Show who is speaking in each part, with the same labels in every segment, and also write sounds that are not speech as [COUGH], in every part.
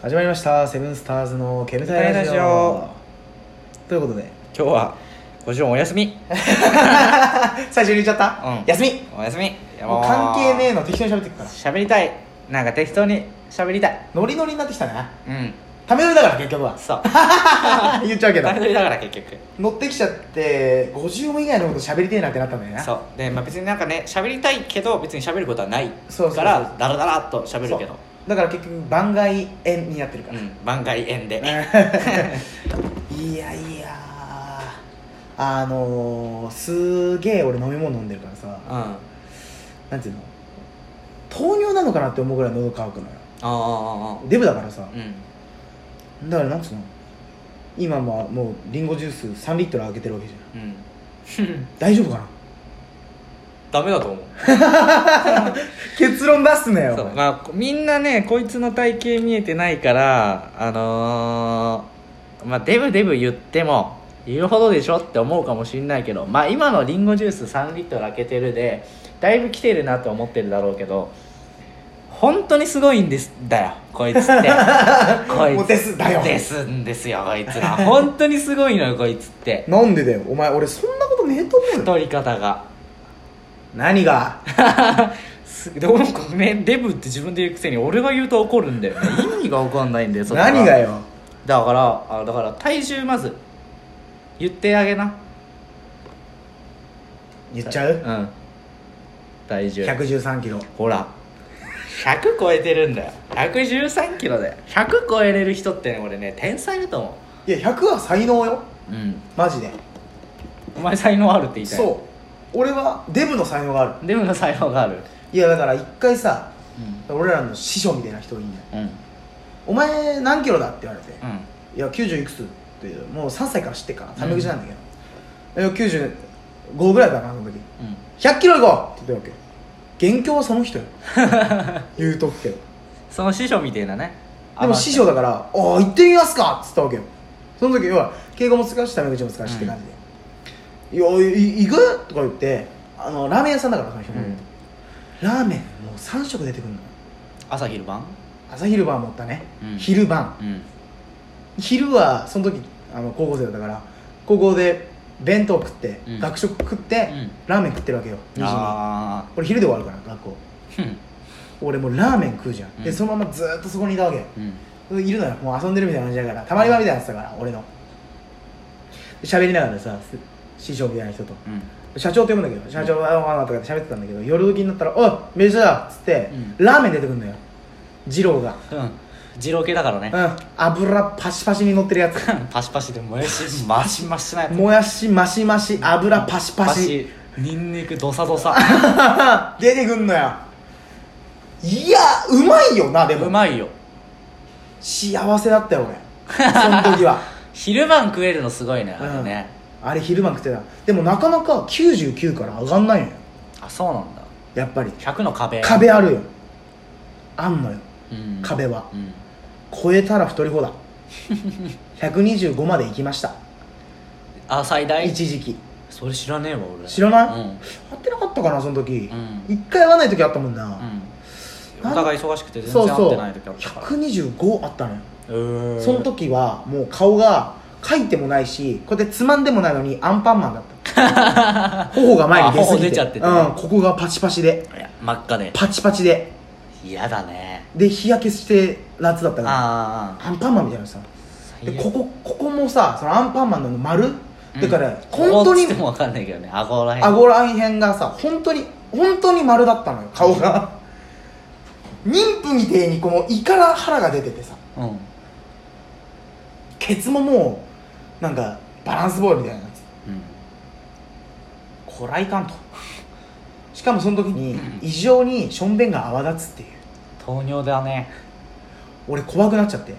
Speaker 1: 始まりました「セブンスターズのケルタイラジオ」
Speaker 2: ケルタイラジオ
Speaker 1: ということで
Speaker 2: 今日はご主人お休み
Speaker 1: 最初に言っちゃった、
Speaker 2: うん
Speaker 1: 休み
Speaker 2: お休み
Speaker 1: もう関係ねえの適当に喋ってくから
Speaker 2: 喋りたいなんか適当に喋りたい
Speaker 1: ノリノリになってきたね
Speaker 2: うん
Speaker 1: ため撮りだから結局は
Speaker 2: [LAUGHS] そう
Speaker 1: 言っ [LAUGHS] ちゃうけど
Speaker 2: 段取りだから結局
Speaker 1: 乗ってきちゃって50音以外のこと喋りてえなってなったんだよね
Speaker 2: そうで、まあ、別になんかね喋りたいけど別に喋ることはない
Speaker 1: そうそうそう
Speaker 2: からダラダラっと喋るけど
Speaker 1: そうだから結局番外縁になってるか
Speaker 2: [LAUGHS] う
Speaker 1: ら、
Speaker 2: ん番外縁で
Speaker 1: いやいやあのー、すげえ俺飲み物飲んでるからさ
Speaker 2: うんあ
Speaker 1: なんていうの糖尿なのかなって思うぐらい喉乾くのよ
Speaker 2: あ
Speaker 1: デブだからさ、
Speaker 2: うん
Speaker 1: だからなんつうの今ももうリンゴジュース3リットル開けてるわけじゃん
Speaker 2: うん
Speaker 1: 大丈夫かな
Speaker 2: [LAUGHS] ダメだと思う
Speaker 1: 結論出すね
Speaker 2: そう
Speaker 1: よ
Speaker 2: まあみんなねこいつの体型見えてないからあのーまあデブデブ言っても言うほどでしょって思うかもしんないけどまあ今のリンゴジュース3リットル開けてるでだいぶ来てるなと思ってるだろうけど本当にすごいんですだよこいつって
Speaker 1: [LAUGHS]
Speaker 2: こいつ
Speaker 1: もうですだよ
Speaker 2: ですんですよこいつら本当にすごいのよこいつって
Speaker 1: なんでだよお前俺そんなことねえと思うよ
Speaker 2: 太り方が
Speaker 1: 何が
Speaker 2: [LAUGHS] すでもなんかねデブって自分で言うくせに俺が言うと怒るんだよね [LAUGHS] 意味が分かんないんだよそこは
Speaker 1: 何がよ
Speaker 2: だからあだから体重まず言ってあげな
Speaker 1: 言っちゃう
Speaker 2: うん体重
Speaker 1: 1 1 3キロ
Speaker 2: ほら100超えてるんだよ113キロだよ100超えれる人ってね俺ね天才だと思
Speaker 1: いや100は才能よ
Speaker 2: ううん
Speaker 1: マジで
Speaker 2: お前才能あるって言いたい
Speaker 1: そう俺はデブの才能がある
Speaker 2: うでもの才能がある
Speaker 1: いやだから一回さ俺らの師匠みたいな人がいいんだよ
Speaker 2: うんうん
Speaker 1: お前何キロだって言われて、
Speaker 2: うん
Speaker 1: いや90いくつっていうもう3歳から知ってっからタメ口なんだけど、いや95ぐらいかなその時
Speaker 2: うん
Speaker 1: 100キロ行こうって言ったわけ元凶はその人よ [LAUGHS] 言うとくけど
Speaker 2: [LAUGHS] その師匠みたいなね
Speaker 1: でも師匠だから「ああ行ってみますか」っつったわけよその時要は敬語も使うしタメ口も使うしって感じで「いやい行く?」とか言ってあのラーメン屋さんだからその人
Speaker 2: う
Speaker 1: も、
Speaker 2: ん
Speaker 1: ラーメンもう3食出てくるの
Speaker 2: 朝昼晩
Speaker 1: 朝昼晩持ったね、
Speaker 2: うん
Speaker 1: 昼晩
Speaker 2: うん
Speaker 1: 昼はその時あの高校生だったから高校で弁当食って、
Speaker 2: うん
Speaker 1: 学食食って、
Speaker 2: うん
Speaker 1: ラーメン食ってるわけよ2時に
Speaker 2: あ
Speaker 1: 俺昼で終わるから学校
Speaker 2: あ
Speaker 1: 俺もうラーメン食うじゃん、
Speaker 2: うん
Speaker 1: でそのままずーっとそこにいたわけよ
Speaker 2: うん
Speaker 1: いるのよもう遊んでるみたいな感じだからたまり場みたいなやつだから俺ので喋りながらさす師匠みたいな人と
Speaker 2: うん
Speaker 1: 社長って呼ぶんだけど社長はわなとかって喋ってたんだけど夜時になったら「おい飯だだ」っつって、
Speaker 2: う
Speaker 1: ラーメン出てくんのよ二郎が
Speaker 2: うん二郎系だからね
Speaker 1: うん油パシパシに乗ってるやつ
Speaker 2: [LAUGHS] パシパシでもやし [LAUGHS] マシマシなやつ
Speaker 1: もやしマシマシ油パシパシ
Speaker 2: ニンニクドサド [LAUGHS]
Speaker 1: [LAUGHS]
Speaker 2: サ
Speaker 1: 出てくんのよいやうまいよなでも
Speaker 2: うまいよ
Speaker 1: 幸せだったよ俺その時は [LAUGHS]
Speaker 2: 昼晩食えるのすごいね
Speaker 1: う
Speaker 2: あれ
Speaker 1: ん
Speaker 2: ね、
Speaker 1: あれ昼晩食ってたでもなかなか99から上がんないのよ
Speaker 2: あそうなんだ
Speaker 1: やっぱり
Speaker 2: 100の壁
Speaker 1: 壁あるよあんのよ
Speaker 2: うん
Speaker 1: 壁は
Speaker 2: うん
Speaker 1: 超えたら太り
Speaker 2: [LAUGHS]
Speaker 1: 放題125まで行きました
Speaker 2: あ最大
Speaker 1: 一時期
Speaker 2: それ知らねえわ俺
Speaker 1: 知らない
Speaker 2: うん
Speaker 1: 合ってなかったかなその時
Speaker 2: うん
Speaker 1: 一回合わない時あったもんな
Speaker 2: うんお互い忙しくて全
Speaker 1: そう
Speaker 2: 然会っ
Speaker 1: そう
Speaker 2: てない時あったから
Speaker 1: 125あったのよ
Speaker 2: うーん
Speaker 1: その時はもう顔が描いてもないしこうやってつまんでもないのにアンパンマンだった
Speaker 2: [LAUGHS]
Speaker 1: 頬が前に出すぎ
Speaker 2: あ頬
Speaker 1: て
Speaker 2: 出ちゃってて
Speaker 1: うん、ここがパチパチで
Speaker 2: いや真っ赤で
Speaker 1: パチパチで
Speaker 2: 嫌だね
Speaker 1: で日焼けして夏だったから
Speaker 2: ああ
Speaker 1: アンパンマンみたいなのさ
Speaker 2: 最
Speaker 1: で
Speaker 2: 悪
Speaker 1: ここここもさそのアンパンマンの丸、だから
Speaker 2: うん
Speaker 1: 本当
Speaker 2: こうっつ
Speaker 1: に
Speaker 2: っても分かんないけどね顎らへん
Speaker 1: 顎らへんがさ本当に本当に丸だったのよ顔が妊婦みてえにこの胃から腹が出ててさ
Speaker 2: うん
Speaker 1: ケツももうなんかバランスボールみたいなやつ
Speaker 2: うん
Speaker 1: こらいかんとしかもその時に異常にしょんべんが泡立つっていう
Speaker 2: 糖尿だね
Speaker 1: 俺怖くなっちゃって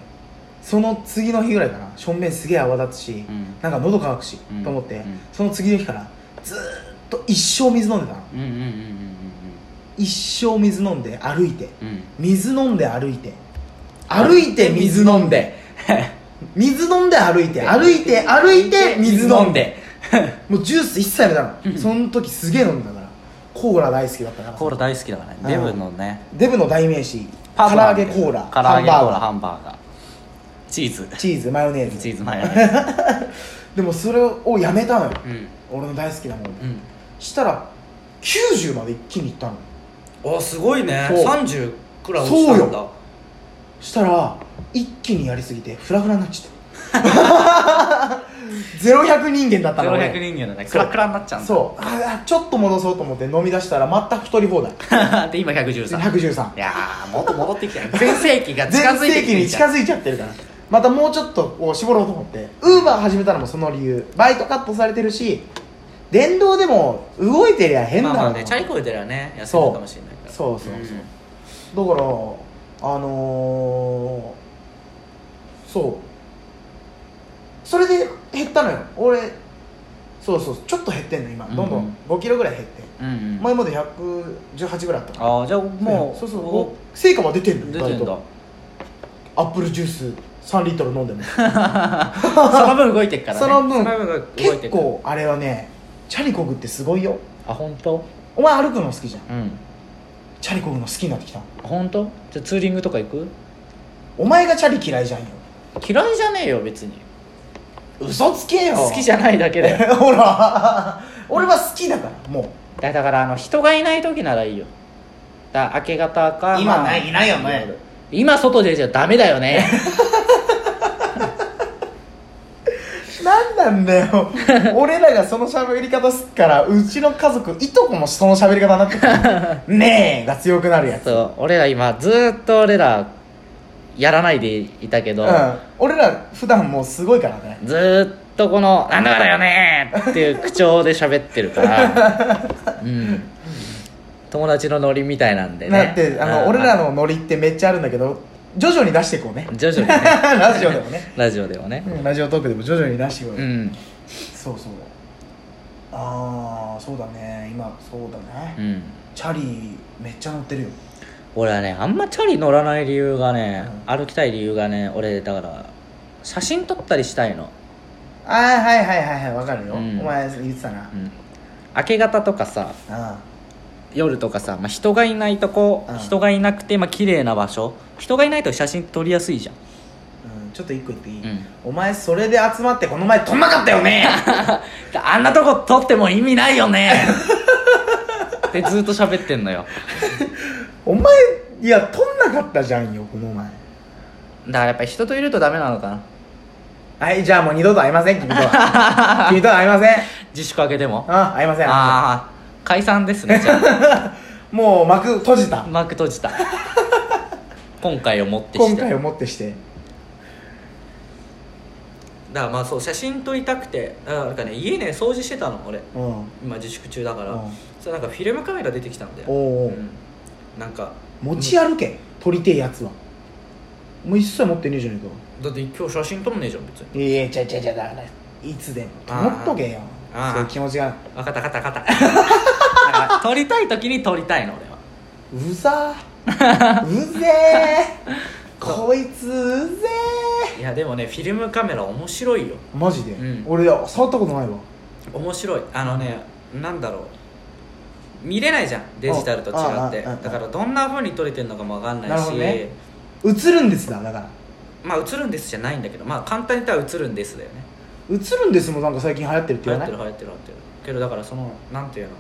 Speaker 1: その次の日ぐらいかなしょんべんすげえ泡立つし、
Speaker 2: うん
Speaker 1: なんか喉乾くし、
Speaker 2: うん
Speaker 1: と思って、
Speaker 2: うん
Speaker 1: その次の日からずーっと一生水飲んでたの
Speaker 2: うんうんうんうん
Speaker 1: 一生水飲んで歩いて
Speaker 2: うんうん
Speaker 1: 水飲んで歩いて歩いて水飲んで水飲んで歩いて歩いて歩いて水飲んでもうジュース一切やめたのその時すげえ飲んでたからコーラ大好きだったから
Speaker 2: [LAUGHS] コーラ大好きだからね
Speaker 1: うん
Speaker 2: デブのね
Speaker 1: デブの代名詞唐
Speaker 2: パブ
Speaker 1: 揚
Speaker 2: なん
Speaker 1: げ
Speaker 2: で
Speaker 1: コーラ
Speaker 2: 唐揚げコーラ
Speaker 1: ハンバーガー
Speaker 2: ハンバーガーチーズ
Speaker 1: チーズマヨネーズ
Speaker 2: チーズマヨネー
Speaker 1: でもそれをやめたのよ
Speaker 2: ズうん
Speaker 1: 俺の大好きなもん
Speaker 2: うん
Speaker 1: したら90まで一気にいったの
Speaker 3: おすごいね
Speaker 1: そう
Speaker 3: 30くらい落ちたん
Speaker 1: そう
Speaker 3: だ
Speaker 1: したら一気にやりすぎてフラフラになっちゃった
Speaker 2: [LAUGHS]
Speaker 1: ゼロ百人間だったの
Speaker 2: 0 0
Speaker 1: 俺
Speaker 2: 人間のね
Speaker 1: そう
Speaker 2: クラクラになっちゃうんだ
Speaker 1: そうああちょっと戻そうと思って飲み出したらまた太り放題
Speaker 2: [LAUGHS] で今113
Speaker 1: 113
Speaker 2: いやーもっと戻ってきたよ全盛期が近
Speaker 1: 全
Speaker 2: づい
Speaker 1: 盛
Speaker 2: てき
Speaker 1: 期
Speaker 2: て
Speaker 1: に
Speaker 2: る
Speaker 1: 近
Speaker 2: ゃん
Speaker 1: づいちゃってるからまたもうちょっとこう絞ろうと思ってウーバー始めたのもその理由バイトカットされてるし電動でも動いてりゃ変
Speaker 3: まあ
Speaker 1: だもん、
Speaker 3: まあねチャリこいでらね安いのかもしれないから
Speaker 1: そうそうそう、
Speaker 3: ん
Speaker 1: だからあのー、そうそれで減ったのよ俺そうそうちょっと減ってんの今
Speaker 2: うん
Speaker 1: どんどん5キロぐらい減って、
Speaker 2: うんうん
Speaker 1: 前まで118ぐらいあったから
Speaker 3: ああじゃあもう
Speaker 1: そうそう
Speaker 3: お
Speaker 1: 成果は出てんの
Speaker 3: 出
Speaker 1: よ
Speaker 3: てん
Speaker 1: 割
Speaker 3: だ
Speaker 1: とアップルジュース3リットル飲んでも
Speaker 2: その分動いてっからね
Speaker 1: その分
Speaker 3: その分動いてる
Speaker 1: 結構あれはねチャリこぐってすごいよ
Speaker 2: あ本当
Speaker 1: お前歩くの好きじゃん
Speaker 2: うん
Speaker 1: チャリこぐの好きになってきた
Speaker 2: 本当じゃあツーリングとか行く
Speaker 1: お前がチャリ嫌いじゃんよ
Speaker 2: 嫌いじゃねえよ別に
Speaker 1: 嘘つけよ
Speaker 2: 好きじゃないだけだ
Speaker 1: [LAUGHS]
Speaker 2: よ
Speaker 1: ほら俺は好きだからもう
Speaker 2: だだからあの人がいない時ならいいよだ明け方か
Speaker 1: 今
Speaker 2: まあ
Speaker 1: ないいないよね
Speaker 2: 今外出ちゃダメだよね
Speaker 1: なんなんだよ俺らがその喋り方すっからうちの家族いとこもその喋り方になってくるねえが強くなるやつ
Speaker 2: そう俺ら今ずーっと俺らやらないでいたけど、
Speaker 1: うん、俺ら普段もうすごいからね
Speaker 2: ずーっとこの「なんだかだよね!」っていう口調で喋ってるから
Speaker 1: [LAUGHS]
Speaker 2: うん友達のノリみたいなんでね
Speaker 1: だってあの、
Speaker 2: うん
Speaker 1: 俺らのノリってめっちゃあるんだけど徐々に出していこうね
Speaker 2: 徐々にね
Speaker 1: [LAUGHS] ラジオでもね、
Speaker 2: ラジオでもね
Speaker 1: うんラジオトークでも徐々に出していこう
Speaker 2: う
Speaker 1: よ、
Speaker 2: ん
Speaker 1: そうそうああそうだね今そうだね、
Speaker 2: うん
Speaker 1: チャリめっちゃ乗ってるよ
Speaker 2: 俺はねあんまチャリ乗らない理由がね、
Speaker 1: う
Speaker 2: 歩きたい理由がね俺だから写真撮ったりしたいの、
Speaker 1: ああはいはいはいはいわかるよ、
Speaker 2: うん
Speaker 1: お前言ってたな、
Speaker 2: うん明け方とかさ
Speaker 1: あ
Speaker 2: 夜とかさ、まあ、人がいないとこ、
Speaker 1: うん
Speaker 2: 人がいなくてまあ綺麗な場所人がいないと写真撮りやすいじゃん
Speaker 1: あ、うん、ちょっと一個言っていい、
Speaker 2: うん
Speaker 1: お前それで集まってこの前撮んなかったよね
Speaker 2: [LAUGHS]
Speaker 1: [LAUGHS]
Speaker 2: あんなとこ撮っても意味ないよね [LAUGHS] ってずっと喋ってんのよ
Speaker 1: お前いや撮んなかったじゃんよこの前
Speaker 2: だからやっぱり人といるとダメなのかな
Speaker 1: はいじゃあもう二度と会いません君と [LAUGHS] は君とは会いません
Speaker 2: 自粛明けでもあ
Speaker 1: あ会いません
Speaker 2: あー解散ですねじゃ
Speaker 1: もう幕閉じた
Speaker 2: あ [LAUGHS] マーク閉じた今回をもってし
Speaker 1: 今
Speaker 2: て
Speaker 1: 回をもってして
Speaker 3: だからまあそう写真撮りたくてだからなんかね家ね掃除してたの俺
Speaker 1: うん
Speaker 3: 今自粛中だから、
Speaker 1: うん
Speaker 3: それなんかフィルムカメラ出てきたんだよ
Speaker 1: おうおう
Speaker 3: うんなんか
Speaker 1: 持ち歩け撮りてえやつはもう一切持ってねえじゃねえか
Speaker 3: だって今日写真撮んねえじゃん別に
Speaker 1: いやいやちゃちゃちゃだからいつでも持っとけよ
Speaker 3: あー
Speaker 1: そういう気持ちが
Speaker 3: 分かった分かった分かっ
Speaker 2: [LAUGHS] だから撮りたい時に撮りたいの俺は
Speaker 1: うざ [LAUGHS] ーうぜーこいつうぜ
Speaker 3: たいやでもねフィルムカメラ面白いよ
Speaker 1: ーマジで、
Speaker 3: うん
Speaker 1: 俺触ったことないわ
Speaker 3: 面白いあのねなんだろう見れないじゃんデジタルと違
Speaker 1: あああ
Speaker 3: って
Speaker 1: あ
Speaker 3: だからどんな風に撮れてるのかも分かんな
Speaker 1: ない
Speaker 3: し
Speaker 1: るほどね映るんですだだから
Speaker 3: まあ映るんですじゃないんだけどまあ簡単に言ったら映るんですだよね
Speaker 1: 映るんですもなんか最近流行ってるって
Speaker 3: 流
Speaker 1: 言
Speaker 3: 行
Speaker 1: わ
Speaker 3: っ
Speaker 1: ない
Speaker 3: てる流行ってる流行ってるけどだからそのなんていうの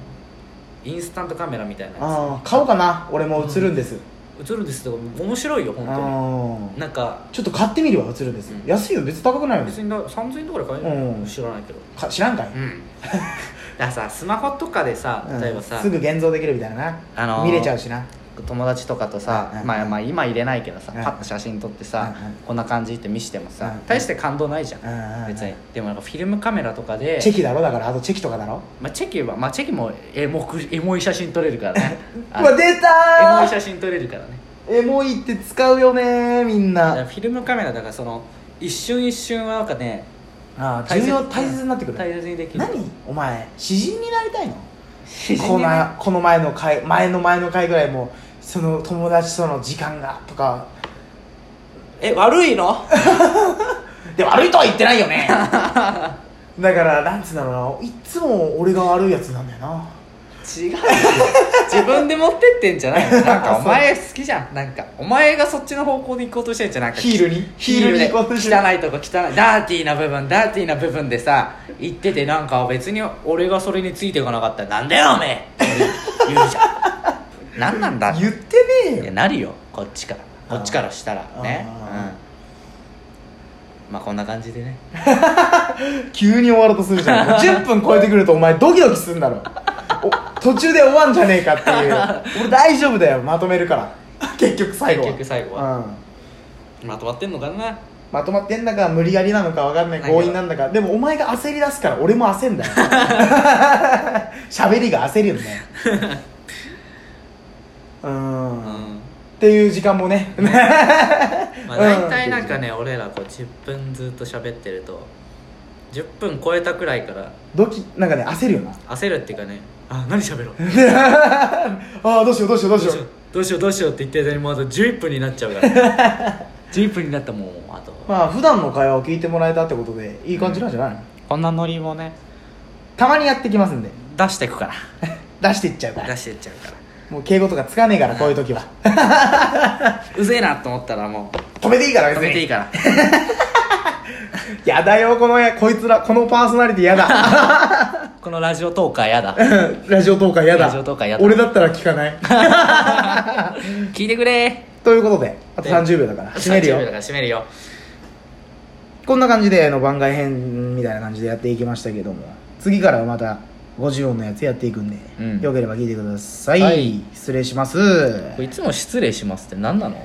Speaker 3: インスタントカメラみたいなや
Speaker 1: ああ買おうかな俺も映るんです、
Speaker 3: つ映るんですとか面白いよ
Speaker 1: あ
Speaker 3: 本当
Speaker 1: あ
Speaker 3: になんか
Speaker 1: ちょっと買ってみるわ映るんです、
Speaker 3: うん
Speaker 1: 安いよ別に高くないよ
Speaker 3: 別にだ3000円とかで買えるの、
Speaker 1: うん
Speaker 3: 知らないけど
Speaker 1: か知らんかい、
Speaker 3: うんだからさスマホとかでさ
Speaker 1: うん
Speaker 3: 例えばさ、
Speaker 1: すぐ現像できるみたいなな、
Speaker 2: あのー
Speaker 1: 見れちゃうしな
Speaker 2: 友達とかとさ、
Speaker 1: うん
Speaker 2: まあ、まあ今入れないけどさ、
Speaker 1: うん
Speaker 2: パッと写真撮ってさ、
Speaker 1: うん
Speaker 2: こんな感じって見してもさ、
Speaker 1: うん
Speaker 2: 大して感動ないじゃん、
Speaker 1: うん
Speaker 2: 別にでもなんかフィルムカメラとかで
Speaker 1: チェキだろだからあとチェキとかだろ
Speaker 2: まあ、チェキは、まあ、チェキもエモくエモい写真撮れるからねあ
Speaker 1: [LAUGHS] うわ出
Speaker 2: エモい
Speaker 1: た
Speaker 2: 写真撮れるからね
Speaker 1: ーエモいって使うよねーみん
Speaker 3: だから
Speaker 1: な
Speaker 3: フィルムカメラだからその一瞬一瞬はなんかね
Speaker 1: あー
Speaker 3: 大
Speaker 1: 重
Speaker 3: 切
Speaker 1: 要大切になってくる
Speaker 3: 大切にで
Speaker 2: [LAUGHS]
Speaker 3: きる
Speaker 1: 何お前詩人になりたいの
Speaker 2: 詩人
Speaker 1: このこの前の回前の前の回ぐらいもその友達との時間がとか
Speaker 3: え悪いの
Speaker 1: で悪いとは言ってないよ
Speaker 2: [LAUGHS]
Speaker 1: ねだからなんつうんだろうないっつも俺が悪いやつなんだよな
Speaker 2: 違うよ自分で持ってってんじ
Speaker 1: [LAUGHS]
Speaker 2: ゃないのなんかお前好きじゃんなんかお前がそっちの方向で行こうとしてんじゃんなんか
Speaker 1: ヒールに
Speaker 2: ヒール
Speaker 1: ヒール
Speaker 2: で
Speaker 1: に行こうとしてる
Speaker 2: 汚いとこ汚いダーティーな部分ダーティーな部分でさ行っててなんか別に俺がそれについていかなかったらなんだよおめえって言うじゃんなんなんだ
Speaker 1: 言ってねえ
Speaker 2: いや
Speaker 1: よ
Speaker 2: なるよこっちからこっちからしたらね
Speaker 1: あ
Speaker 2: うんまあこんな感じでね
Speaker 1: 急に終わろうとするじゃんもう10分超えてくるとお前ドキドキするんだろお途中で終わんじゃねえかっていう俺大丈夫だよまとめるから結局最後は
Speaker 2: 結局最後は
Speaker 1: うん
Speaker 3: まとまってんのかな
Speaker 1: まとまってんだか無理やりなのか分かんない
Speaker 3: ないけど
Speaker 1: 強引なんだかでもお前が焦り出すから俺も焦んだよ喋りが焦るよねう
Speaker 3: うん
Speaker 1: っ
Speaker 3: ん
Speaker 1: ていう時間もね
Speaker 3: まあ大体なんかね俺らこう10分ずっと喋ってると10分超えたくらいから
Speaker 1: ドキなんかね焦るよな
Speaker 3: 焦るっていうかねあ何喋ろう
Speaker 2: [LAUGHS]
Speaker 1: ああどうしようどうしようどうしよう
Speaker 3: どうしようどうしようって言ってる間にもうあと11分になっちゃうから
Speaker 2: [LAUGHS]
Speaker 3: 11分になったらもうあと
Speaker 1: まあ普段の会話を聞いてもらえたってことでいい感じなんじゃないの、
Speaker 2: こんなノリもね
Speaker 1: たまにやってきますんで
Speaker 2: 出していくか
Speaker 1: 出していっちゃうから
Speaker 3: 出してっちゃうから
Speaker 1: もう敬語とかつかねえからこういう時は
Speaker 2: らうぜえなと思ったらもう
Speaker 1: 止めていいから
Speaker 2: 止めていい
Speaker 1: か
Speaker 2: から
Speaker 1: やだよこのやこいつらこのパーソナリティやだ
Speaker 2: [LAUGHS] [LAUGHS] このラジオトーカーやだ
Speaker 1: ラジオトーカーやだ
Speaker 2: ラジオトーカーやだ
Speaker 1: 俺だったら聞かない
Speaker 2: 聞いてくれ
Speaker 1: ということであと
Speaker 2: で
Speaker 1: 30秒だから閉める
Speaker 2: 30秒だ
Speaker 1: よ
Speaker 2: から閉めるよ
Speaker 1: こんな感じであの番外編みたいな感じでやっていきましたけども次からはまた50音のやつやっていくんで、
Speaker 2: うん
Speaker 1: よければ聞いてください、
Speaker 2: はい
Speaker 1: 失礼します
Speaker 2: いつも失礼しますって何なの